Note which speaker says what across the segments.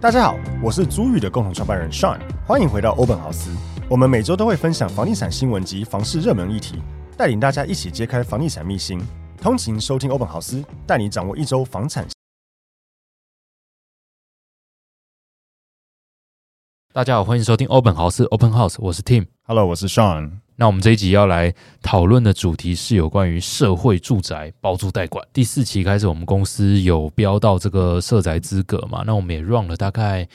Speaker 1: 大家好，我是租玉的共同创办人 Sean，欢迎回到欧本豪斯。我们每周都会分享房地产新闻及房市热门议题，带领大家一起揭开房地产秘辛。通勤收听欧本豪斯，带你掌握一周房产。
Speaker 2: 大家好，欢迎收听 Open House Open House，我是 Tim。
Speaker 1: Hello，我是 Sean。
Speaker 2: 那我们这一集要来讨论的主题是有关于社会住宅包租代管。第四期开始，我们公司有标到这个社宅资格嘛？那我们也 run 了大概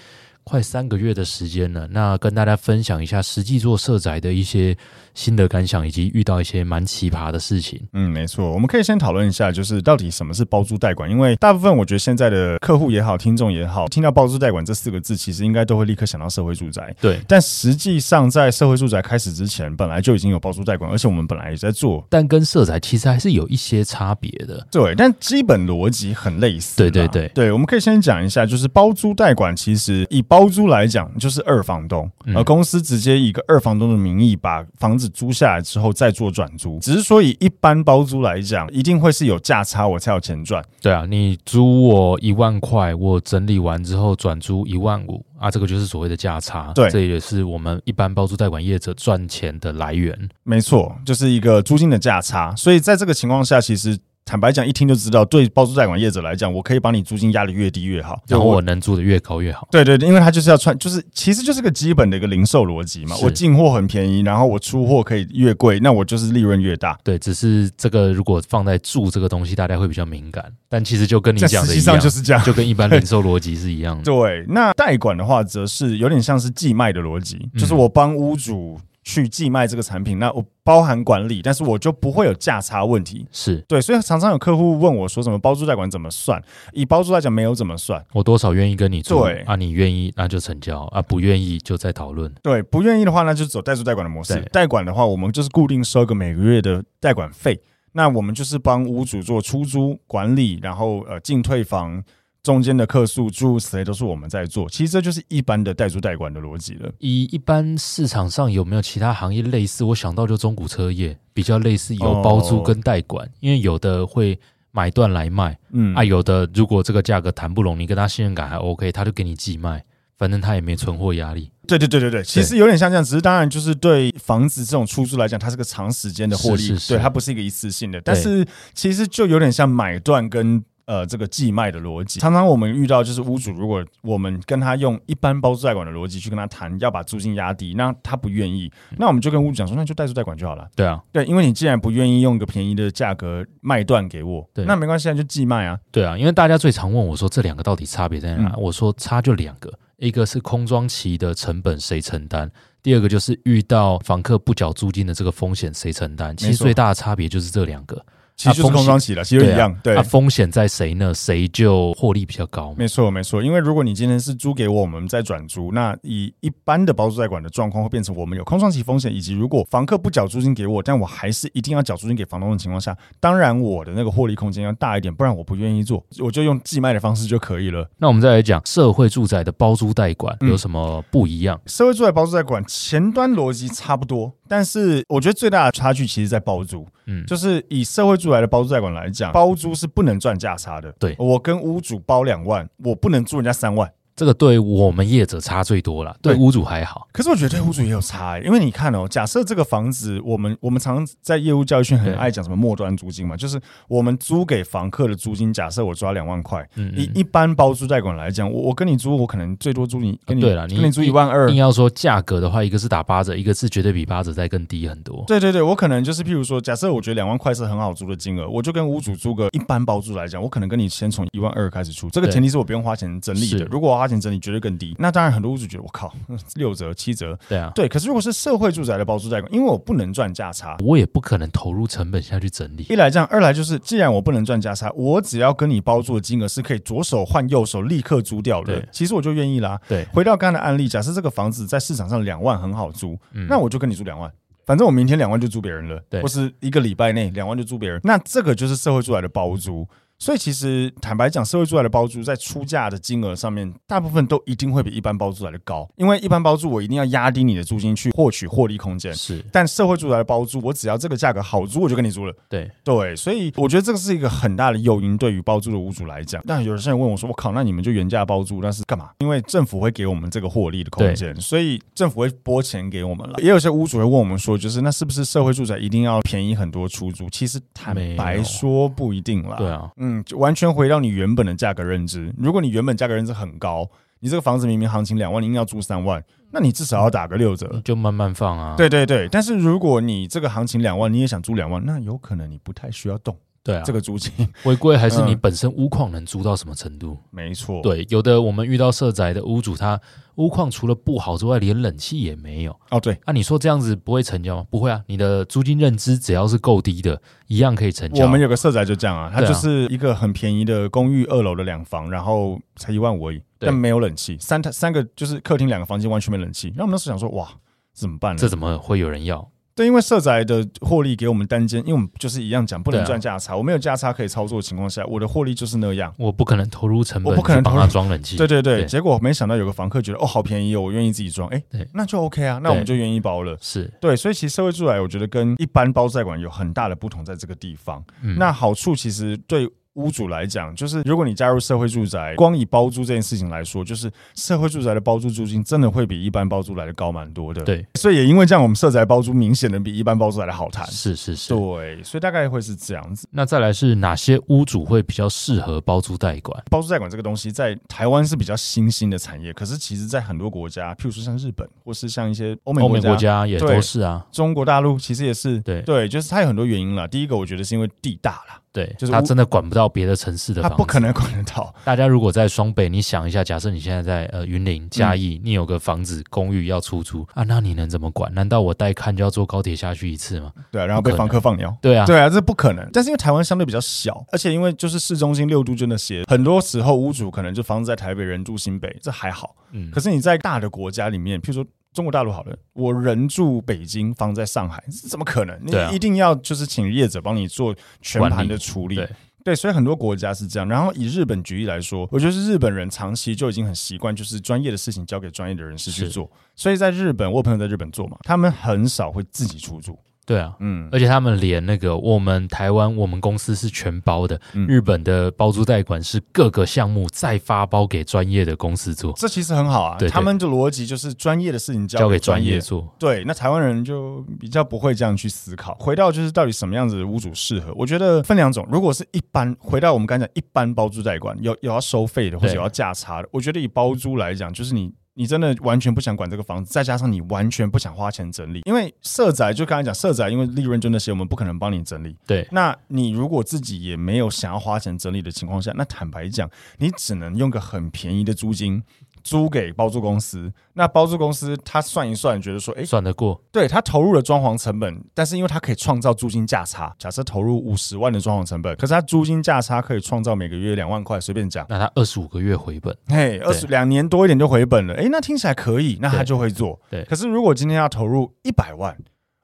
Speaker 2: 快三个月的时间了。那跟大家分享一下实际做社宅的一些心得感想，以及遇到一些蛮奇葩的事情。
Speaker 1: 嗯，没错，我们可以先讨论一下，就是到底什么是包租代管，因为大部分我觉得现在的客户也好，听众也好，听到包租代管这四个字，其实应该都会立刻想到社会住宅。
Speaker 2: 对，
Speaker 1: 但实际上，在社会住宅开始之前，本来就已经有包租代管，而且我们本来也在做。
Speaker 2: 但跟社宅其实还是有一些差别的。
Speaker 1: 对，但基本逻辑很类似啦。
Speaker 2: 对对对
Speaker 1: 对，我们可以先讲一下，就是包租代管，其实以包租来讲，就是二房东，
Speaker 2: 嗯
Speaker 1: 而公司直接以一个二房东的名义把房子租下来之后再做转租。只是说以一般包租来讲，一定会是有价差，我才有钱赚。
Speaker 2: 对啊，你租我一万块，我整理完之后转租一万五啊，这个就是所谓的价差。
Speaker 1: 对
Speaker 2: 这也是我们一般包租代管业者赚钱的来源。
Speaker 1: 没错，就是一个租金的价差。所以在这个情况下，其实坦白讲，一听就知道，对包租代管业者来讲，我可以把你租金压得越低越好。
Speaker 2: 然后我能租的越高越好。
Speaker 1: 对对对，因为它就是要穿，就是其实就是个基本的一个零售逻辑嘛。
Speaker 2: 是
Speaker 1: 我进货很便宜，然后我出货可以越贵，那我就是利润越大。
Speaker 2: 对，只是这个如果放在住这个东西，大家会比较敏感，但其实就跟你
Speaker 1: 在
Speaker 2: 讲
Speaker 1: 实
Speaker 2: 的
Speaker 1: 际
Speaker 2: 一
Speaker 1: 上
Speaker 2: 样，
Speaker 1: 就是这样。
Speaker 2: 就跟一般零售逻辑是一样的。
Speaker 1: 对，那代管的话，则是有点像是寄卖的逻辑，就是
Speaker 2: 嗯
Speaker 1: 我帮屋主去寄卖这个产品，那我包含管理，但是我就不会有价差问题。
Speaker 2: 是
Speaker 1: 对，所以常常有客户问我说，什么包租代管怎么算？以包租来讲，没有怎么算。
Speaker 2: 我多少愿意跟你租
Speaker 1: 对
Speaker 2: 啊，你愿意那就成交啊，不愿意就再讨论。
Speaker 1: 对，不愿意的话，那就走代租代管的模式
Speaker 2: 对。
Speaker 1: 代管的话，我们就是固定收个每个月的代管费。那我们就是帮屋主做出租管理，然后呃进退房中间的客诉，诸如此类都是我们在做。其实这就是一般的代租代管的逻辑了。
Speaker 2: 以一般市场上有没有其他行业类似？我想到就中古车业比较类似，有包租跟代管，因为有的会买断来卖、
Speaker 1: 嗯，
Speaker 2: 啊，有的如果这个价格谈不拢，你跟他信任感还 OK，他就给你寄卖，反正他也没存货压力。
Speaker 1: 对对对对对，其实有点像这样，只是当然就是对房子这种出租来讲，它是个长时间的获利，
Speaker 2: 是是是
Speaker 1: 对它不是一个一次性的，但是其实就有点像买断跟。呃，这个寄卖的逻辑，常常我们遇到就是屋主，如果我们跟他用一般包租代管的逻辑去跟他谈，要把租金压低，那他不愿意，那我们就跟屋主讲说，那就代租代管就好了。
Speaker 2: 嗯对啊，
Speaker 1: 对，因为你既然不愿意用一个便宜的价格卖断给我，
Speaker 2: 对
Speaker 1: 那没关系，那就寄卖啊。
Speaker 2: 对啊，因为大家最常问我说这两个到底差别在哪？
Speaker 1: 嗯
Speaker 2: 我说差就两个，一个是空装期的成本谁承担，第二个就是遇到房客不缴租金的这个风险谁承担。其
Speaker 1: 没
Speaker 2: 实
Speaker 1: 错
Speaker 2: 最大的差别就是这两个，
Speaker 1: 其实就是
Speaker 2: 啊风
Speaker 1: 空
Speaker 2: 险
Speaker 1: 窗期了，其实一样，对
Speaker 2: 啊，风险在谁呢？谁就获利比较高嘛。
Speaker 1: 没错，没错。因为如果你今天是租给我，我们再转租，那以一般的包租代管的状况，会变成我们有空窗期风险，以及如果房客不缴租金给我，但我还是一定要缴租金给房东的情况下，当然我的那个获利空间要大一点，不然我不愿意做，我就用寄卖的方式就可以了。
Speaker 2: 那我们再来讲社会住宅的包租代管
Speaker 1: 嗯
Speaker 2: 有什么不一样？
Speaker 1: 社会住宅包租代管前端逻辑差不多，但是我觉得最大的差距其实在包租。
Speaker 2: 嗯
Speaker 1: 就是以社会住宅的包租代管来讲，包租是不能赚价差的。
Speaker 2: 对
Speaker 1: 我跟屋主包两万，我不能租人家三万。
Speaker 2: 这个对我们业者差最多了，
Speaker 1: 对
Speaker 2: 对屋主还好。
Speaker 1: 可是我觉得对屋主也有差、欸，因为你看哦、假设这个房子，我们我们常常在业务教育圈很
Speaker 2: 对
Speaker 1: 爱讲什么末端租金嘛，就是我们租给房客的租金，假设我抓两万块，
Speaker 2: 嗯
Speaker 1: 一一般包租代管来讲，我我跟你租，我可能最多租你跟你、
Speaker 2: 啊对了，你
Speaker 1: 跟你租一万二
Speaker 2: 硬。要说价格的话，一个是打八折，一个是绝对比八折再更低很多。
Speaker 1: 对对对，我可能就是，譬如说，假设我觉得两万块是很好租的金额，我就跟屋主租个一般包租来讲，我可能跟你先从一万二开始出，这个
Speaker 2: 对
Speaker 1: 前提是我不用花钱整理的
Speaker 2: 是。
Speaker 1: 如果我花钱整理，绝对更低。那当然，很多屋主觉得我靠，六折七折，
Speaker 2: 对啊，
Speaker 1: 对。可是如果是社会住宅的包租代管，因为我不能赚价差，
Speaker 2: 我也不可能投入成本下去整理。
Speaker 1: 一来这样，二来就是，既然我不能赚价差，我只要跟你包住的金额是可以左手换右手立刻租掉的
Speaker 2: 对，
Speaker 1: 其实我就愿意啦。
Speaker 2: 对，
Speaker 1: 回到刚才的案例，假设这个房子在市场上两万很好租，那我就跟你租两万。反正我明天两万就租别人了，
Speaker 2: 嗯对
Speaker 1: 或是一个礼拜内两万就租别人，那这个就是社会住来的包租。所以其实坦白讲，社会住宅的包租在出价的金额上面，大部分都一定会比一般包租来的高，因为一般包租我一定要压低你的租金去获取获利空间。
Speaker 2: 是
Speaker 1: 但社会住宅的包租，我只要这个价格好租，我就跟你租了。
Speaker 2: 对，
Speaker 1: 对，所以我觉得这个是一个很大的诱因，对于包租的屋主来讲。那有些人问我说：“我靠，那你们就原价包租，那是干嘛？”因为政府会给我们这个获利的空间，所以政府会拨钱给我们了。也有些屋主会问我们说：“就是那是不是社会住宅一定要便宜很多出租？”其实坦白说不一定啦。
Speaker 2: 对啊，
Speaker 1: 嗯，就完全回到你原本的价格认知。如果你原本价格认知很高，你这个房子明明行情两万，你硬要租三万，那你至少要打个六折。
Speaker 2: 就慢慢放啊。
Speaker 1: 对对对，但是如果你这个行情两万，你也想租两万，那有可能你不太需要动
Speaker 2: 对啊，
Speaker 1: 这
Speaker 2: 这个
Speaker 1: 个租 金。
Speaker 2: 违规还是你
Speaker 1: 嗯
Speaker 2: 本身屋况能租到什么程度？
Speaker 1: 没错，
Speaker 2: 对，有的我们遇到社宅的屋主，他屋况除了不好之外，连冷气也没有。
Speaker 1: 哦对，
Speaker 2: 啊，你说这样子不会成交吗？不会啊，你的租金认知只要是够低的，一样可以成交。
Speaker 1: 我们有个社宅就这样啊，它
Speaker 2: 对啊
Speaker 1: 就是一个很便宜的公寓二楼的两房，然后才一万五而已，
Speaker 2: 对
Speaker 1: 但没有冷气，三台三个就是客厅两个房间完全没冷气。那我们那时候想说，哇，怎么办呢？
Speaker 2: 这怎么会有人要？
Speaker 1: 对，因为社宅的获利给我们单间，因为我们就是一样讲，不能
Speaker 2: 对啊
Speaker 1: 赚价差，我没有价差可以操作的情况下，我的获利就是那样。
Speaker 2: 我不可能投入成本
Speaker 1: 我不可能
Speaker 2: 去帮
Speaker 1: 投入
Speaker 2: 他装冷气。
Speaker 1: 对对对，
Speaker 2: 对
Speaker 1: 结果没想到有个房客觉得哦好便宜哦，我愿意自己装，哎
Speaker 2: 对，
Speaker 1: 那就 OK 啊，那我们就愿意包了。
Speaker 2: 是，
Speaker 1: 对，所以其实社会住宅我觉得跟一般包债馆有很大的不同，在这个地方。
Speaker 2: 嗯
Speaker 1: 那好处其实对屋主来讲，就是如果你加入社会住宅，光以包租这件事情来说，就是社会住宅的包租租金真的会比一般包租来的高蛮多的。，
Speaker 2: 对，
Speaker 1: 所以也因为这样，我们社宅包租明显的比一般包租来的好谈。
Speaker 2: 是是是。
Speaker 1: 对，所以大概会是这样子。
Speaker 2: 那再来是哪些屋主会比较适合包租代管？
Speaker 1: 包租代管这个东西在台湾是比较新兴的产业，可是其实在很多国家，譬如说像日本，或是像一些欧美
Speaker 2: 欧
Speaker 1: 国
Speaker 2: 美
Speaker 1: 家、
Speaker 2: 国家也都是啊，
Speaker 1: 中国大陆，其实也是
Speaker 2: 对
Speaker 1: 对，就是它有很多原因啦。第一个，我觉得是因为地大啦，
Speaker 2: 对，
Speaker 1: 就是
Speaker 2: 他
Speaker 1: 屋
Speaker 2: 真的管不到别的城市的
Speaker 1: 它
Speaker 2: 房子，
Speaker 1: 不可能管得 到。
Speaker 2: 大家如果在双北，你想一下，假设你现在在呃云林嘉
Speaker 1: 嗯
Speaker 2: 义，你有个房子公寓要出租啊，那你能怎么管？难道我带看就要坐高铁下去一次吗？
Speaker 1: 对啊，然后
Speaker 2: 不可
Speaker 1: 被
Speaker 2: 能
Speaker 1: 房客放鸟。
Speaker 2: 对啊，
Speaker 1: 对啊，这不可能。但是因为台湾相对比较小，而且因为就是市中心六度真的斜，很多时候屋主可能就房子在台北，人住新北，这还好。
Speaker 2: 嗯
Speaker 1: 可，是你在大的国家里面，譬如说中国大陆好了，我人住北京，房在上海，这怎么可能？你
Speaker 2: 对啊
Speaker 1: 一定要就是请业者帮你做全盘的处理。
Speaker 2: 管理
Speaker 1: 对，所以很多国家是这样。然后以日本举例来说，我觉得是日本人长期就已经很习惯，就是专业的事情交给专业的人士去
Speaker 2: 是
Speaker 1: 做。所以在日本，我有朋友在日本做嘛，他们很少会自己出租。
Speaker 2: 对啊。
Speaker 1: 嗯，
Speaker 2: 而且他们连那个我们台湾我们公司是全包的，
Speaker 1: 嗯
Speaker 2: 日本的包租代管是各个项目再发包给专业的公司做，
Speaker 1: 这其实很好啊。
Speaker 2: 对对
Speaker 1: 他们的逻辑就是专业的事情
Speaker 2: 交
Speaker 1: 给
Speaker 2: 给专
Speaker 1: 业
Speaker 2: 业。做。
Speaker 1: 对，那台湾人就比较不会这样去思考。回到就是到底什么样子的屋主适合？我觉得分两种，如果是一般，回到我们刚才讲一般包租代管，有有要收费的或者
Speaker 2: 对
Speaker 1: 有要价差的，我觉得以包租来讲，就是你。你真的完全不想管这个房子，再加上你完全不想花钱整理，因为社宅就刚才讲社宅，因为利润就那些，我们不可能帮你整理。
Speaker 2: 对，
Speaker 1: 那你如果自己也没有想要花钱整理的情况下，那坦白讲，你只能用个很便宜的租金租给包租公司。那包租公司他算一算，觉得说，诶，
Speaker 2: 算得过。
Speaker 1: 对他投入了装潢成本，但是因为他可以创造租金价差，假设投入五十万的装潢成本，可是他租金价差可以创造每个月两万块，随便讲，
Speaker 2: 那他二十五个月回本，
Speaker 1: 嘿，二十两年多一点就回本了，诶，那听起来可以，那他就会做。
Speaker 2: 对
Speaker 1: 可是如果今天要投入一百万，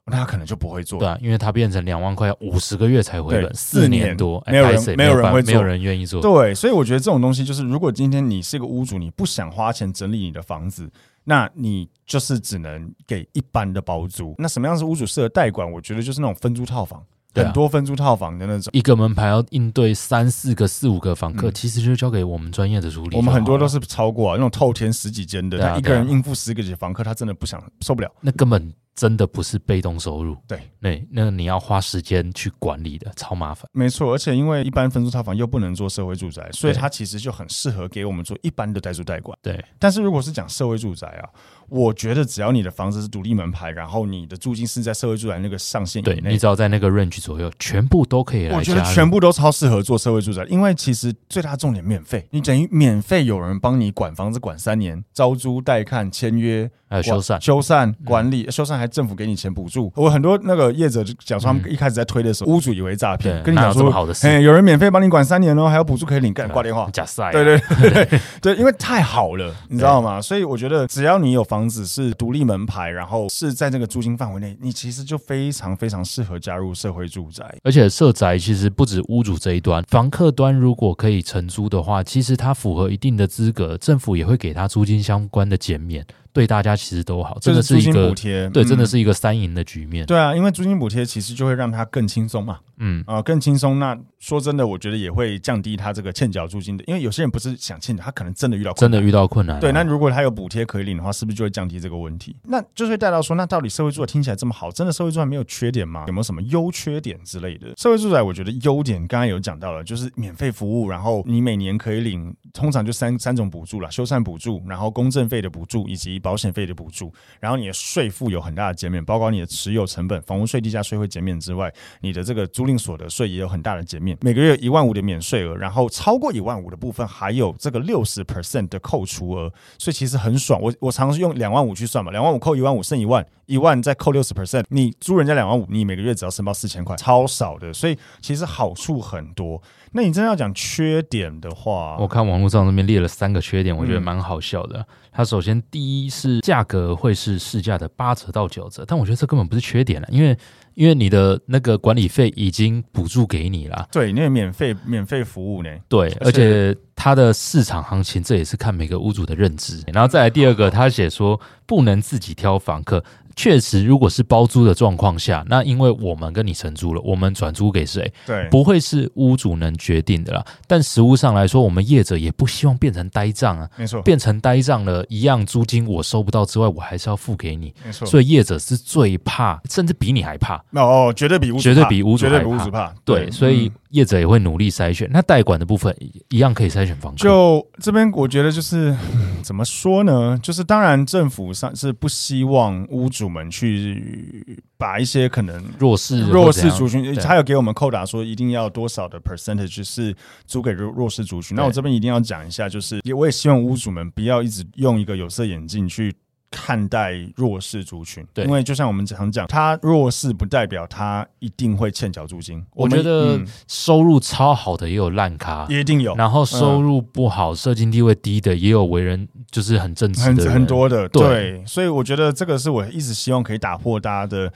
Speaker 1: 那他可能就不会做
Speaker 2: 对。啊，因为他变成两万块，五十个月才回
Speaker 1: 对
Speaker 2: 本，
Speaker 1: 四
Speaker 2: 四
Speaker 1: 年
Speaker 2: 年多，哎
Speaker 1: 没有人
Speaker 2: 拍谁
Speaker 1: 没有人
Speaker 2: 办
Speaker 1: 会
Speaker 2: 没有
Speaker 1: 做
Speaker 2: 人愿意做。
Speaker 1: 对，所以我觉得这种东西就是，如果今天你是一个屋主，你不想花钱整理你的房子，那你就是只能给一般的包租。那什么样是屋主适合代管？我觉得就是那种分租套房，
Speaker 2: 对啊
Speaker 1: 很多分租套房的那种。
Speaker 2: 一个门牌要应对三四个、四五个房客，其实就交给我们专业的处理就好了。
Speaker 1: 嗯我们很多都是超过啊，那种透天十几间的，
Speaker 2: 对啊
Speaker 1: 他一个人
Speaker 2: 对
Speaker 1: 应付十个几房客，他真的不想受不了。
Speaker 2: 那根本真的不是被动收入，
Speaker 1: 对，
Speaker 2: 那那你要花时间去管理的，超麻烦。
Speaker 1: 没错，而且因为一般分租套房又不能做社会住宅，所以
Speaker 2: 对
Speaker 1: 它其实就很适合给我们做一般的代租代管。
Speaker 2: 对，
Speaker 1: 但是如果是讲社会住宅啊，我觉得只要你的房子是独立门牌，然后你的租金是在社会住宅那个上限
Speaker 2: 对
Speaker 1: 以
Speaker 2: 你
Speaker 1: 内，
Speaker 2: 只要在那个 range 左右，全部都可以来
Speaker 1: 我觉
Speaker 2: 加
Speaker 1: 得
Speaker 2: 入。
Speaker 1: 全部都超适合做社会住宅，因为其实最大重点免费，你等于免费有人帮你管房子管三年，招租、带看、签约、
Speaker 2: 呃还有修缮，嗯
Speaker 1: 修缮管理、修缮还还政府给你钱补助。我很多那个业者就讲说，他们一开始在推的时候，屋主以为诈骗，
Speaker 2: 嗯对
Speaker 1: 跟你讲
Speaker 2: 哪有这
Speaker 1: 说
Speaker 2: 么好的，事啊
Speaker 1: 哎，有人免费帮你管三年哦，还有补助可以领，干挂电话。
Speaker 2: 假赛，
Speaker 1: 对对对对对，因为太好了，你知道吗？所以我觉得，只要你有房子是独立门牌，然后是在这个租金范围内，你其实就非常非常适合加入社会住宅。
Speaker 2: 而且社宅其实不止屋主这一端，房客端如果可以承租的话，其实它符合一定的资格，政府也会给他租金相关的减免，对大家其实都好，真的
Speaker 1: 就是租
Speaker 2: 一
Speaker 1: 金补
Speaker 2: 个
Speaker 1: 贴，
Speaker 2: 对，
Speaker 1: 嗯
Speaker 2: 真的是一个三赢的局面。
Speaker 1: 对啊，因为租金补贴其实就会让它更轻松嘛，
Speaker 2: 嗯，
Speaker 1: 啊、更轻松。那说真的，我觉得也会降低他这个欠缴租金的，因为有些人不是想欠缴，他可能真的遇到困
Speaker 2: 真的
Speaker 1: 难。
Speaker 2: 遇到困难了，
Speaker 1: 对，那如果他有补贴可以领的话，是不是就会降低这个问题？那就是会带到说，那到底社会住宅听起来这么好，真的社会住宅没有缺点吗？有没有什么优缺点之类的？社会住宅我觉得优点刚刚有讲到了，就是免费服务，然后你每年可以领，通常就三三种补助啦，修缮补助，然后公证费的补助以及保险费的补助，然后你的税负有很大的减免，包括你的持有成本、房屋税、地价税会减免之外，你的这个租赁所得税也有很大的减免，每个月一万五的免税额，然后超过一万五的部分还有这个六十 percent 的扣除额，所以其实很爽。我我常常是用两万五去算嘛，两万五扣一万五剩一万，一万再扣六十 percent，你租人家两万五，你每个月只要申报四千块，超少的，所以其实好处很多。那你真的要讲缺点的话，
Speaker 2: 我看网络上那边列了三个缺点，我觉得
Speaker 1: 嗯
Speaker 2: 蛮好笑的。它首先第一是价格会是市价的八折到九折，但我觉得这根本不是缺点了，啊因为因为你的那个管理费已经补助给你了，
Speaker 1: 对，那个免费免费服务呢？
Speaker 2: 对，
Speaker 1: 而
Speaker 2: 而
Speaker 1: 且
Speaker 2: 且它的市场行情这也是看每个屋主的认知。然后再来第
Speaker 1: 哦
Speaker 2: 二个，他写说不能自己挑房客。确实，如果是包租的状况下，那因为我们跟你承租了，我们转租给谁，
Speaker 1: 对，
Speaker 2: 不会是屋主能决定的啦。但实物上来说，我们业者也不希望变成呆账啊，
Speaker 1: 没错，
Speaker 2: 变成呆账了，一样租金我收不到之外，我还是要付给你。
Speaker 1: 没错。
Speaker 2: 所以业者是最怕，甚至比你还怕。
Speaker 1: 那哦，绝对比屋主
Speaker 2: 绝对
Speaker 1: 怕
Speaker 2: 比屋主
Speaker 1: 绝对
Speaker 2: 还
Speaker 1: 比屋
Speaker 2: 怕
Speaker 1: 主怕。
Speaker 2: 对，所以
Speaker 1: 嗯
Speaker 2: 业者也会努力筛选。那代管的部分一一样可以筛选房客，
Speaker 1: 就这边，我觉得就是 嗯怎么说呢？就是当然，政府上是不希望屋主们去把一些可能
Speaker 2: 弱势
Speaker 1: 弱势族群，
Speaker 2: 对
Speaker 1: 他有给我们扣打说一定要多少的 percentage 是租给弱弱势族群。那我
Speaker 2: 对
Speaker 1: 这边一定要讲一下，就是也我也希望屋主们不要一直用一个有色眼镜去。看待弱势族群，
Speaker 2: 对
Speaker 1: 因为就像我们常讲，他弱势不代表他一定会欠缴租金。
Speaker 2: 我
Speaker 1: 们
Speaker 2: 觉得
Speaker 1: 嗯
Speaker 2: 收入超好的也有烂咖，
Speaker 1: 也一定有，嗯
Speaker 2: 然后收入不好、社经地位低的也有为人就是很正直
Speaker 1: 很
Speaker 2: 的人
Speaker 1: 很。多的，
Speaker 2: 对
Speaker 1: 对，所以我觉得这个是我一直希望可以打破大家的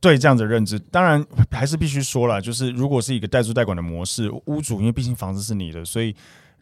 Speaker 1: 对这样的认知。当然，还是必须说了，就是如果是一个代租代管的模式，屋主因为毕竟房子是你的，所以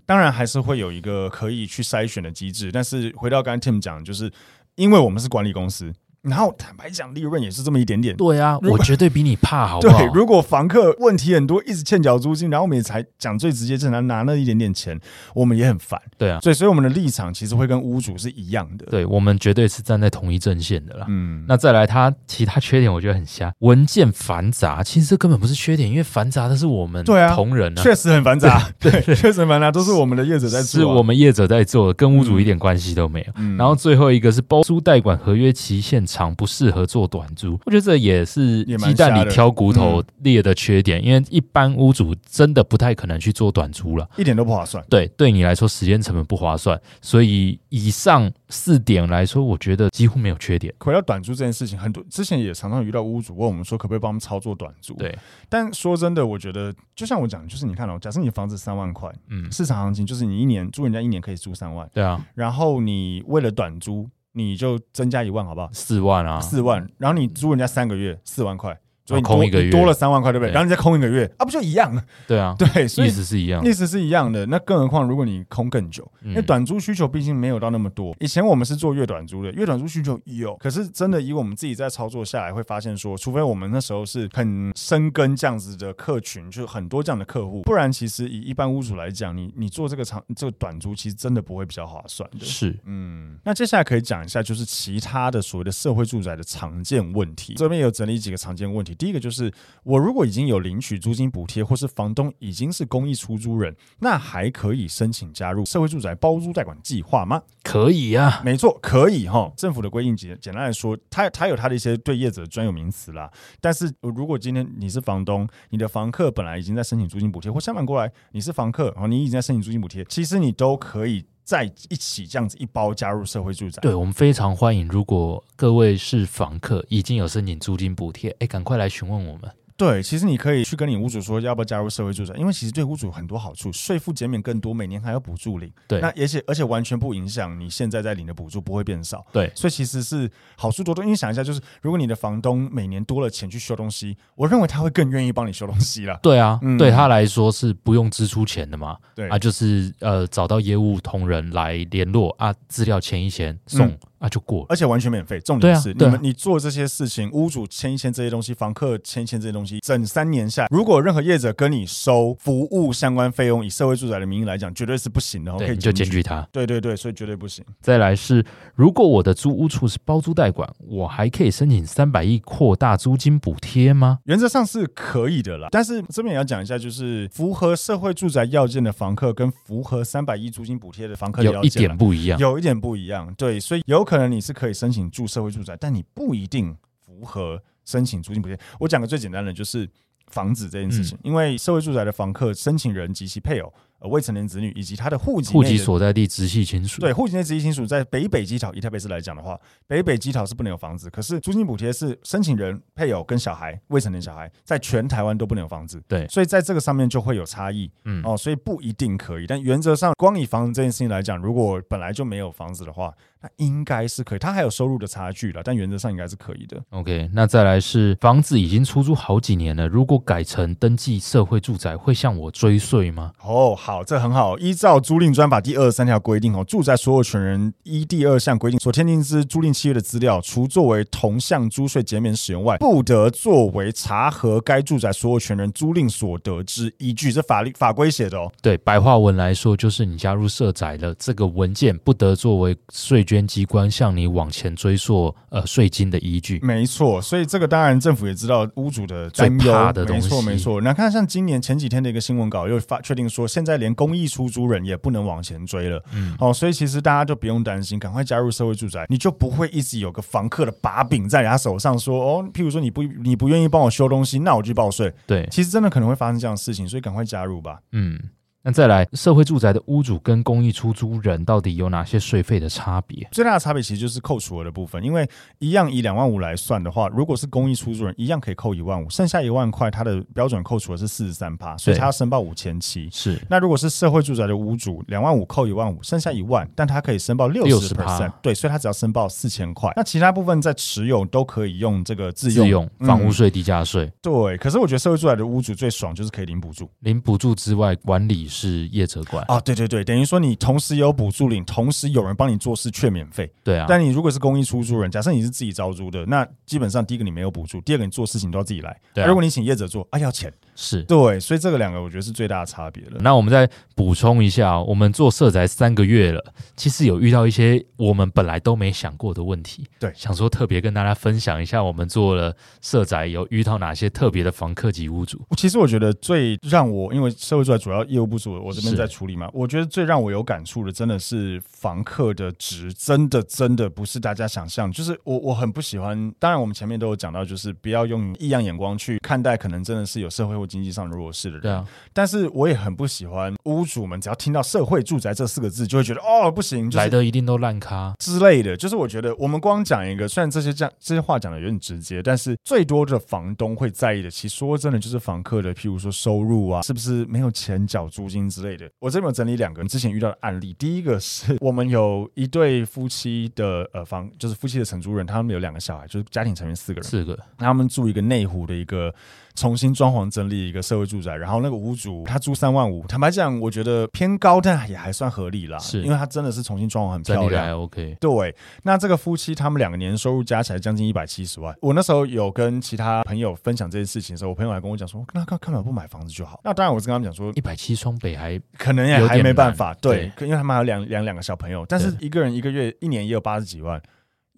Speaker 1: 当然还是会有一个可以去筛选的机制。但是回到刚才 Tim 讲，就是因为我们是管理公司，然后坦白讲，利润也是这么一点点。
Speaker 2: 对啊，
Speaker 1: 如果
Speaker 2: 我绝对比你怕，好不好
Speaker 1: 对，？如果房客问题很多，一直欠缴租金，然后我们也才讲最直接，只能拿那一点点钱，我们也很烦。
Speaker 2: 对啊，
Speaker 1: 所以，所以我们的立场其实会跟屋主是一样的。
Speaker 2: 对我们绝对是站在同一阵线的啦。
Speaker 1: 嗯，
Speaker 2: 那再来，它其他缺点我觉得很瞎，文件繁杂，其实这根本不是缺点，因为繁杂的是我们
Speaker 1: 对啊
Speaker 2: 同仁啊，
Speaker 1: 确实很繁杂，对，确实很繁杂，都是我们的业者在做啊、
Speaker 2: 是我们业者在做的，跟屋主一点关系都没有。
Speaker 1: 嗯
Speaker 2: 然后最后一个是包租代管合约期限长，不适合做短租。我觉得这也是
Speaker 1: 也蛮
Speaker 2: 鸡蛋
Speaker 1: 瞎
Speaker 2: 里
Speaker 1: 的嗯
Speaker 2: 挑骨头列的缺点，因为一般屋主真的不太可能去做短租了。
Speaker 1: 一点都不划算。
Speaker 2: 对，对你来说时间成本不划算，所以以上四点来说，我觉得几乎没有缺点。
Speaker 1: 回到短租这件事情，很多之前也常常遇到屋主问我们说，可不可以帮我们操作短租？
Speaker 2: 对，
Speaker 1: 但说真的，我觉得就像我讲的，就是你看哦，假设你房子三万块，
Speaker 2: 嗯，
Speaker 1: 市场行情就是你一年租人家一年可以租三万，
Speaker 2: 对啊，
Speaker 1: 然后你为了短租，你就增加一万，好不好？
Speaker 2: 四万啊，
Speaker 1: 四万，然后你租人家三个月，四万块，所以你
Speaker 2: 空
Speaker 1: 多
Speaker 2: 一个
Speaker 1: 你
Speaker 2: 月
Speaker 1: 多了三万块，对不对？
Speaker 2: 对
Speaker 1: 然后你再空一个月，啊，不就一样？
Speaker 2: 对啊，
Speaker 1: 对，所以嗯
Speaker 2: 意思是一样的
Speaker 1: 意。思是一样的。那更何况如果你空更久，因为
Speaker 2: 嗯
Speaker 1: 短租需求毕竟没有到那么多。以前我们是做月短租的，月短租需求有，可是真的以我们自己在操作下来，会发现说，除非我们那时候是很深耕这样子的客群，就很多这样的客户，不然其实以一般屋主来讲，你你做这个长这个短租，其实真的不会比较划算的。
Speaker 2: 是
Speaker 1: 嗯，那接下来可以讲一下，就是其他的所谓的社会住宅的常见问题。这边有整理几个常见问题。第一个就是，我如果已经有领取租金补贴，或是房东已经是公益出租人，那还可以申请加入社会住宅包租代管计划吗？
Speaker 2: 可以啊，
Speaker 1: 没错，可以哈。政府的规定简简单来说，它它有它的一些对业者的专有名词啦。但是如果今天你是房东，你的房哦客本来已经在申请租金补贴，或相反过来，你是房客，然后你已经在申请租金补贴，其实你都可以在一起这样子一包加入社会住宅。
Speaker 2: 对我们非常欢迎，如果各位是房客，已经有申请租金补贴，哎，赶快来询问我们。
Speaker 1: 对，其实你可以去跟你屋主说要不要加入社会住宅，因为其实对屋主很多好处，税负减免更多，每年还要补助领。
Speaker 2: 对
Speaker 1: 那而且而且完全不影响你现在在领的补助，不会变少。
Speaker 2: 对
Speaker 1: 所以其实是好处多多。因为想一下，就是如果你的房东每年多了钱去修东西，我认为他会更愿意帮你修东西啦。
Speaker 2: 对啊，
Speaker 1: 嗯
Speaker 2: 对他来说是不用支出钱的嘛，
Speaker 1: 对
Speaker 2: 啊，就是呃找到业务同仁来联络啊，资料签一签送、
Speaker 1: 嗯
Speaker 2: 啊就过了。
Speaker 1: 而且完全免费。重点是、
Speaker 2: 对啊对啊
Speaker 1: 你们你做这些事情，屋主签一签这些东西，房客签一签这些东西，整三年下，如果任何业者跟你收服务相关费用，以社会住宅的名义来讲，绝对是不行的。我可以
Speaker 2: 对，你就检举。他。
Speaker 1: 对对对，所以绝对不行。
Speaker 2: 再来是，如果我的租屋处是包租代管，我还可以申请三百亿扩大租金补贴吗？
Speaker 1: 原则上是可以的啦，但是这边也要讲一下，就是符合社会住宅要件的房客跟符合三百亿租金补贴的房客的要
Speaker 2: 有一
Speaker 1: 件
Speaker 2: 点
Speaker 1: 啦
Speaker 2: 不一样。
Speaker 1: 有一点不一样，对，所以有可能你是可以申请住社会住宅，但你不一定符合申请租金补贴。我讲个最简单的，就是房子这件事情，
Speaker 2: 嗯
Speaker 1: 因为社会住宅的房客申请人及其配偶、呃未成年子女以及他的户籍
Speaker 2: 户
Speaker 1: 内
Speaker 2: 籍
Speaker 1: 的
Speaker 2: 所在地直系亲属，
Speaker 1: 对，户籍内直系亲属在北北基桃以台北市来讲的话，北北基桃是不能有房子，可是租金补贴是申请人、配偶跟小孩、未成年小孩在全台湾都不能有房子，
Speaker 2: 对
Speaker 1: 所以在这个上面就会有差异，
Speaker 2: 嗯
Speaker 1: 哦，所以不一定可以，但原则上光以房子这件事情来讲，如果本来就没有房子的话，那应该是可以，他还有收入的差距了，但原则上应该是可以的，
Speaker 2: OK，那再来是房子已经出租好几年了，如果改成登记社会住宅，会向我追税吗？
Speaker 1: 哦，好，这很好。依照租赁专法第二十三条规定哦，住宅所有权人依第二项规定所签订之租赁契约的资料，除作为同项租税减免使用外，不得作为查核该住宅所有权人租赁所得之依据。这法律法规写的哦。
Speaker 2: 对，白话文来说就是你加入社宅了，这个文件不得作为税捐机关向你往前追溯呃税金的依据。
Speaker 1: 没错，所以这个当然政府也知道屋主的担
Speaker 2: 最怕
Speaker 1: 忧，
Speaker 2: 的
Speaker 1: 没
Speaker 2: 东
Speaker 1: 错
Speaker 2: 西
Speaker 1: 没错。那看像今年前几天的一个新闻稿又发确定说，现在连公益出租人也不能往前追了。嗯，哦，所以其实大家就不用担心，赶快加入社会住宅，你就不会一直有个房客的把柄在人家手上说哦，譬如说你不你不愿意帮我修东西，那我去报税。
Speaker 2: 对，
Speaker 1: 其实真的可能会发生这样的事情，所以赶快加入吧。
Speaker 2: 嗯，那再来，社会住宅的屋主跟公益出租人到底有哪些税费的差别？
Speaker 1: 最大的差别其实就是扣除额的部分，因为一样以两万五来算的话，如果是公益出租人，一样可以扣一万五，剩下一万块，它的标准扣除额是四十三趴，所以
Speaker 2: 对
Speaker 1: 他要申报五千七。
Speaker 2: 是
Speaker 1: 那如果是社会住宅的屋主，两万五扣一万五，剩下一万，但他可以申报六十
Speaker 2: 60%
Speaker 1: percent，对，所以他只要申报四千块。那其他部分在持有都可以用这个自用，
Speaker 2: 自用
Speaker 1: 嗯
Speaker 2: 房屋税、地价税。
Speaker 1: 对。可是我觉得社会住宅的屋主最爽就是可以领补助
Speaker 2: 零补助之外，管理是业者管。
Speaker 1: 啊，对对对，等于说你同时有补助领，同时有人帮你做事却免费。
Speaker 2: 对啊，
Speaker 1: 但你如果是公益出租人，假设你是自己招租的，那基本上第一个你没有补助，第二个你做事情都要自己来。
Speaker 2: 对啊
Speaker 1: 而如果你请业者做，啊要钱。
Speaker 2: 是。
Speaker 1: 对，所以这个两个我觉得是最大的差别了。
Speaker 2: 那我们再补充一下哦，我们做社宅三个月了，其实有遇到一些我们本来都没想过的问题。
Speaker 1: 对
Speaker 2: 想说特别跟大家分享一下，我们做了社宅有遇到哪些特别的房客及屋主。
Speaker 1: 其实我觉得最让我，因为社会住宅主要业务部是我我这边
Speaker 2: 是
Speaker 1: 在处理嘛，我觉得最让我有感触的，真的是房客的值，真的真的不是大家想象。就是我我很不喜欢，当然我们前面都有讲到，就是不要用异样眼光去看待，可能真的是有社会或经济上的弱势的人。
Speaker 2: 对啊，
Speaker 1: 但是我也很不喜欢屋主们，只要听到“社会住宅”这四个字，就会觉得哦，不行，就
Speaker 2: 来
Speaker 1: 是
Speaker 2: 的一定都烂咖。
Speaker 1: 之类的。就是我觉得我们光讲一个，虽然这些这样这些话讲的有点直接，但是最多的房东会在意的，其实说真的就是房客的，譬如说收入啊，是不是没有钱缴租金之类的。我这边有整理两个之前遇到的案例，第一个是我们有一对夫妻的呃房，就是夫妻的承租人，他们有两个小孩，就是家庭成员四个人。
Speaker 2: 四个
Speaker 1: 他们住一个内湖的一个重新装潢整理一个社会住宅，然后那个屋主他租三万五，坦白讲，我觉得偏高，但也还算合理啦，
Speaker 2: 是
Speaker 1: 因为他真的是重新装潢很
Speaker 2: 整
Speaker 1: 漂
Speaker 2: 理的
Speaker 1: 亮
Speaker 2: 还。OK。
Speaker 1: 对，那这个夫妻他们两个年收入加起来将近一百七十万。我那时候有跟其他朋友分享这件事情的时候，我朋友还跟我讲说，那干干嘛不买房子就好？那当然，我是跟他们讲说，
Speaker 2: 一百七双北还
Speaker 1: 可能也
Speaker 2: 有
Speaker 1: 还
Speaker 2: 点
Speaker 1: 没办
Speaker 2: 难
Speaker 1: 法，
Speaker 2: 对
Speaker 1: 对，可因为他们还有两两两个小朋友，但是一个人一个月一年也有八十几万。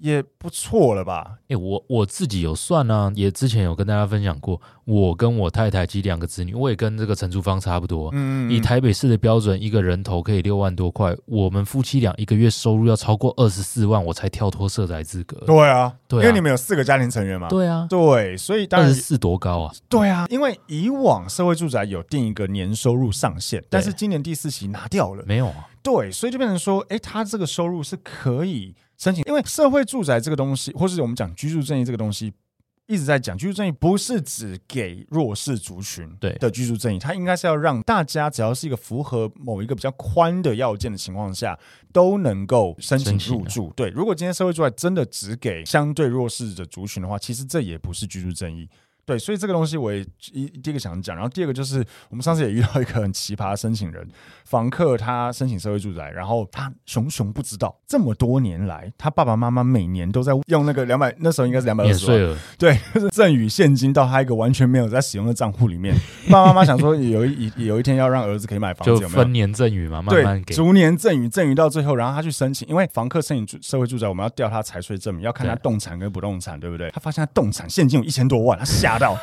Speaker 1: 也不错了吧？
Speaker 2: 哎、我我自己有算啊，也之前有跟大家分享过，我跟我太太及两个子女，我也跟这个陈淑芳差不多。
Speaker 1: 嗯，
Speaker 2: 以台北市的标准，一个人头可以六万多块，我们夫妻俩一个月收入要超过二十四万，我才跳脱社宅资格。
Speaker 1: 对啊，
Speaker 2: 对啊
Speaker 1: 因为你们有四个家庭成员嘛，
Speaker 2: 对啊，
Speaker 1: 对，所以当
Speaker 2: 二
Speaker 1: 然
Speaker 2: 十四多高啊！
Speaker 1: 对啊，因为以往社会住宅有定一个年收入上限，但是今年第四期拿掉了，
Speaker 2: 没有啊，
Speaker 1: 对，所以就变成说，诶，他这个收入是可以申请，因为社会住宅这个东西，或是我们讲居住正义这个东西。一直在讲居住正义，不是只给弱势族群
Speaker 2: 对
Speaker 1: 的居住正义，它应该是要让大家只要是一个符合某一个比较宽的要件的情况下，都能够申请
Speaker 2: 申请
Speaker 1: 入
Speaker 2: 啊
Speaker 1: 住。对，如果今天社会住宅真的只给相对弱势的族群的话，其实这也不是居住正义。对，所以这个东西我也一第一个想讲，然后第二个就是我们上次也遇到一个很奇葩的申请人，房客他申请社会住宅，然后他熊熊不知道，这么多年来他爸爸妈妈每年都在用那个两百，那时候应该是两百二
Speaker 2: 免
Speaker 1: 十万
Speaker 2: 税，额，
Speaker 1: 对，就是赠与现金到他一个完全没有在使用的账户里面。爸爸妈妈想说有一有一天要让儿子可以买房
Speaker 2: 就
Speaker 1: 子，有没有
Speaker 2: 分？年赠与嘛，慢慢
Speaker 1: 对，
Speaker 2: 给。
Speaker 1: 逐年赠与，赠与到最后，然后他去申请，因为房客申请住社会住宅，我们要调他财税证明，要看他
Speaker 2: 对
Speaker 1: 动产跟不动产，对不对？他发现他动产现金有一千多万，他吓 到，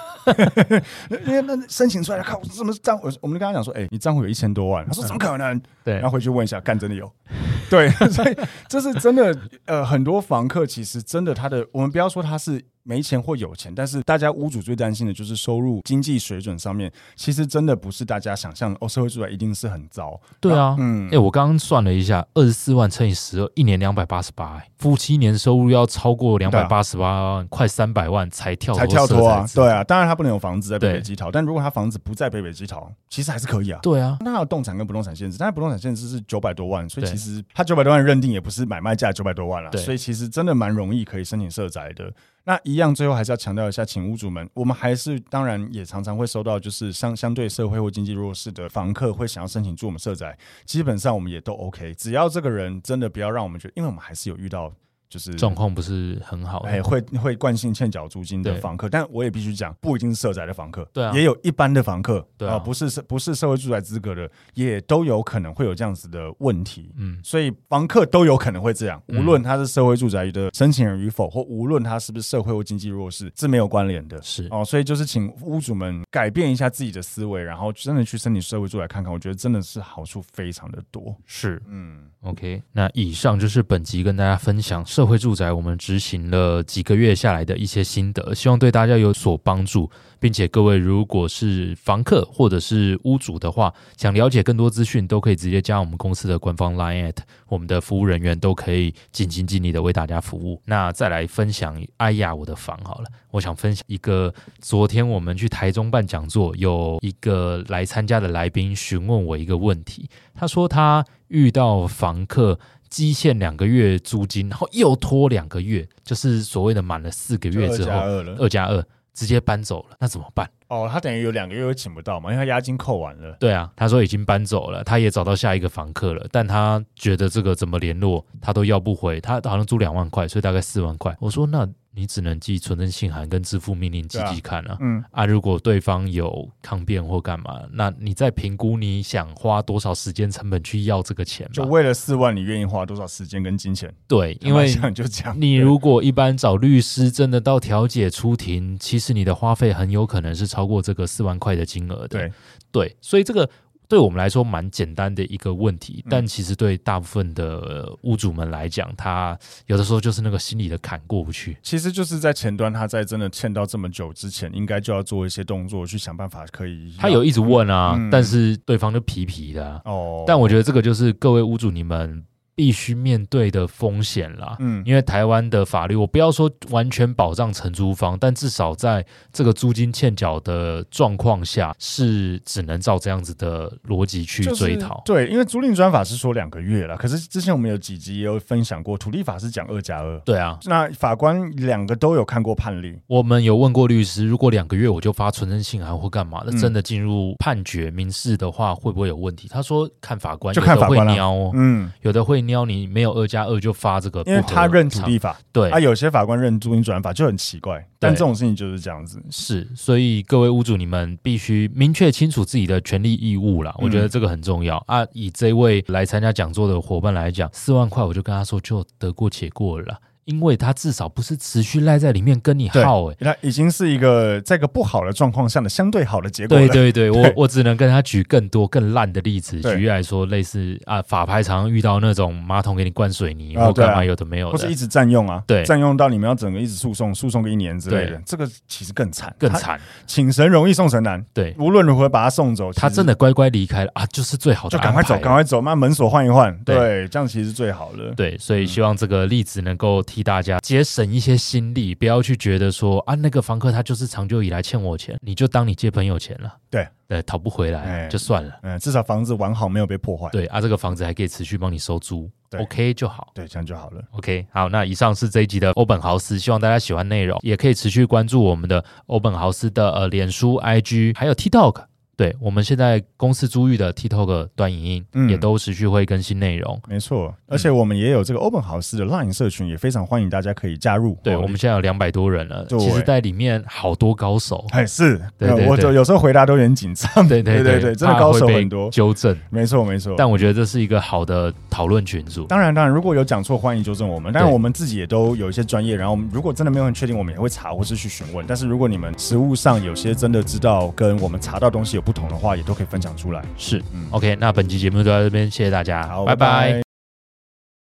Speaker 1: 因为那申请出来，靠，什么账户？我们就跟他讲说，哎、你账户有一千多万，
Speaker 2: 嗯
Speaker 1: 他说怎么可能？
Speaker 2: 对
Speaker 1: 然后，回去问一下，干真的有， 对，所以这是真的，呃，很多房客其实真的他的，我们不要说他是没钱或有钱，但是大家屋主最担心的就是收入、经济水准上面，其实真的不是大家想象的哦，社会住宅一定是很糟，
Speaker 2: 对啊，
Speaker 1: 嗯
Speaker 2: 哎、，我刚刚算了一下，二十四万乘以十二，一年两百八十八，哎夫妻年收入要超过两
Speaker 1: 对
Speaker 2: 百
Speaker 1: 啊
Speaker 2: 八十八万，快三百万才跳
Speaker 1: 才跳
Speaker 2: 社
Speaker 1: 脱啊
Speaker 2: 宅，资格
Speaker 1: 对啊，当然他不能有房子在北北
Speaker 2: 对
Speaker 1: 基桃，但如果他房子不在北北基桃，其实还是可以啊。
Speaker 2: 对啊，
Speaker 1: 那有动产跟不动产限制，但是不动产限制是九百多万，所以
Speaker 2: 对
Speaker 1: 其实他九百多万认定也不是买卖价九百多万了，
Speaker 2: 对
Speaker 1: 所以其实真的蛮容易可以申请社宅的。那一样，最后还是要强调一下，请屋主们，我们还是当然也常常会收到，就是相相对社会或经济弱势的房客会想要申请住我们社宅，基本上我们也都 OK，只要这个人真的不要让我们觉得，因为我们还是有遇到就是
Speaker 2: 状况不是很好。
Speaker 1: 哎，会会惯性欠缴租金的
Speaker 2: 哦对
Speaker 1: 房客，但我也必须讲，不一定是社宅的房客，
Speaker 2: 对啊
Speaker 1: 也有一般的房客，
Speaker 2: 对啊
Speaker 1: 呃不是社不是社会住宅资格的，也都有可能会有这样子的问题。
Speaker 2: 嗯，
Speaker 1: 所以房客都有可能会这样，
Speaker 2: 嗯
Speaker 1: 无论他是社会住宅的申请人与否，或无论他是不是社会或经济弱势，是没有关联的。
Speaker 2: 是，
Speaker 1: 哦，所以就是请屋主们改变一下自己的思维，然后真的去申请社会住宅看看，我觉得真的是好处非常的多。
Speaker 2: 是
Speaker 1: 嗯，
Speaker 2: OK。那以上就是本集跟大家分享社会住宅我们执行了几个月下来的一些心得，希望对大家有所帮助，并且各位如果是房客或者是屋主的话，想了解更多资讯，都可以直接加我们公司的官方 Line at，我们的服务人员都可以尽心尽力的为大家服务。那再来分享，哎呀，我的房好了，我想分享一个，昨天我们去台中办讲座，有一个来参加的来宾询问我一个问题，他说他遇到房客。积欠两个月租金，然后又拖两个月，就是所谓的满了四个月
Speaker 1: 就
Speaker 2: 之
Speaker 1: 二加
Speaker 2: 后，
Speaker 1: 二了。
Speaker 2: 二加二直接搬走了，那怎么办？
Speaker 1: 哦，他等于有两个月都请不到嘛，因为他押金扣完了。
Speaker 2: 对啊，他说已经搬走了，他也找到下一个房客了，但他觉得这个怎么联络他都要不回，他好像租两万块，所以大概四万块。我说那你只能寄存真信函跟支付命令寄
Speaker 1: 对啊
Speaker 2: 寄看啊。
Speaker 1: 嗯，
Speaker 2: 啊，如果对方有抗辩或干嘛，那你再评估你想花多少时间成本去要这个钱
Speaker 1: 就
Speaker 2: 吧。
Speaker 1: 为了四万，你愿意花多少时间跟金钱？
Speaker 2: 对， 因为
Speaker 1: 想就这样，
Speaker 2: 你如果一般找律师，真的到调解出庭，其实你的花费很有可能是超过这个四万块的金额的。
Speaker 1: 对
Speaker 2: 对，所以这个对我们来说蛮简单的一个问题
Speaker 1: 嗯，
Speaker 2: 但其实对大部分的呃屋主们来讲，他有的时候就是那个心里的坎过不去。
Speaker 1: 其实就是在前端，他在真的欠到这么久之前，应该就要做一些动作去想办法可以。
Speaker 2: 他有一直问啊，
Speaker 1: 嗯
Speaker 2: 但是对方就皮皮的啊、
Speaker 1: 哦，
Speaker 2: 但我觉得这个就是各位屋主你们必须面对的风险啦。
Speaker 1: 嗯
Speaker 2: 因为台湾的法律，我不要说完全保障承租方，但至少在这个租金欠缴的状况下，是只能照这样子的逻辑去追讨。
Speaker 1: 就是对，因为租赁专法是说两个月了，可是之前我们有几集也有分享过，土地法是讲二加二。
Speaker 2: 对啊，
Speaker 1: 那法官两个都有看过判例，
Speaker 2: 我们有问过律师，如果两个月我就发存真信函或干嘛的，
Speaker 1: 嗯
Speaker 2: 真的进入判决民事的话，会不会有问题？他说看法官，
Speaker 1: 就看法官
Speaker 2: 有的
Speaker 1: 啊
Speaker 2: 会瞄哦，
Speaker 1: 嗯，
Speaker 2: 有的会瞄你没有二加二就发这个不
Speaker 1: 因
Speaker 2: 合
Speaker 1: 为
Speaker 2: 常，
Speaker 1: 他认土地法，
Speaker 2: 对
Speaker 1: 啊，有些法官认租赁转法就很奇怪，但
Speaker 2: 对
Speaker 1: 这种事情就是这样子，
Speaker 2: 是，所以各位屋主，你们必须明确清楚自己的权利义务啦，我
Speaker 1: 嗯
Speaker 2: 觉得这个很重要、啊。以这位来参加讲座的伙伴来讲，四万块，我就跟他说，就得过且过了啦。因为它至少不是持续赖在里面跟你
Speaker 1: 对
Speaker 2: 耗、欸，
Speaker 1: 那已经是一个在一个不好的状况下的相对好的结果了。
Speaker 2: 对对对，我我只能跟他举更多更烂的例子。
Speaker 1: 对
Speaker 2: 举例来说，类似啊，法拍常常遇到那种马桶给你灌水泥
Speaker 1: 啊
Speaker 2: 或
Speaker 1: 对啊
Speaker 2: 干嘛，有的没有
Speaker 1: 或
Speaker 2: 的
Speaker 1: 是一，直占用啊，
Speaker 2: 哦对
Speaker 1: 占用到你们要整个一直诉讼，诉讼个一年之类的
Speaker 2: 对，
Speaker 1: 这个其实更惨，
Speaker 2: 更
Speaker 1: 他。
Speaker 2: 惨。
Speaker 1: 请神容易送神难，
Speaker 2: 对
Speaker 1: 无论如何把他送走，
Speaker 2: 他
Speaker 1: 其实
Speaker 2: 真的乖乖离开了啊，就是最好的
Speaker 1: 就赶快走，赶
Speaker 2: 快。
Speaker 1: 快走，那门锁换一换，
Speaker 2: 对
Speaker 1: 对，这样其实是最好的。
Speaker 2: 对，所以希望这个例子能够替大家节省一些心力，不要去觉得说啊，那个房客他就是长久以来欠我钱，你就当你借朋友钱了。
Speaker 1: 对
Speaker 2: 对，讨不回来
Speaker 1: 哎
Speaker 2: 就算了。
Speaker 1: 嗯，至少房子完好，没有被破坏，
Speaker 2: 对啊，这个房子还可以持续帮你收租
Speaker 1: 对
Speaker 2: ，OK 就好。
Speaker 1: 对，这样就好了。
Speaker 2: OK，好，那以上是这一集的欧本豪斯，希望大家喜欢内容，也可以持续关注我们的欧本豪斯的呃脸书、IG，还有 TikTok。对我们现在公司租遇的 TikTok 短影音、
Speaker 1: 嗯
Speaker 2: 也都持续会更新内容。
Speaker 1: 没
Speaker 2: 嗯
Speaker 1: 错，而且我们也有这个 Open House 的 Line 社群，也非常欢迎大家可以加入。
Speaker 2: 对，
Speaker 1: 哦
Speaker 2: 我们现在有两百多人了，
Speaker 1: 对
Speaker 2: 其实在里面好多
Speaker 1: ，
Speaker 2: 高手
Speaker 1: 哎是，
Speaker 2: 对对
Speaker 1: 嗯我
Speaker 2: 对
Speaker 1: 就有时候回答都有点紧张。
Speaker 2: 对对
Speaker 1: 对
Speaker 2: 对，
Speaker 1: 真的
Speaker 2: 怕
Speaker 1: 高
Speaker 2: 会
Speaker 1: 手
Speaker 2: 被
Speaker 1: 很多。
Speaker 2: 纠正。
Speaker 1: 没错没错，
Speaker 2: 但我觉得这是一个好的讨论群组。
Speaker 1: 当然，当然，如果有讲错，欢迎纠正我们。但
Speaker 2: 对
Speaker 1: 我们自己也都有一些专业，然后我们如果真的没有很确定，我们也会查或是去询问。但是如果你们实物上有些真的知道跟我们查到东西有不同的话，也都可以分享出来。
Speaker 2: 是、
Speaker 1: 嗯
Speaker 2: o k 那本期节目就到这边，谢谢大家，
Speaker 1: 好，
Speaker 2: 拜拜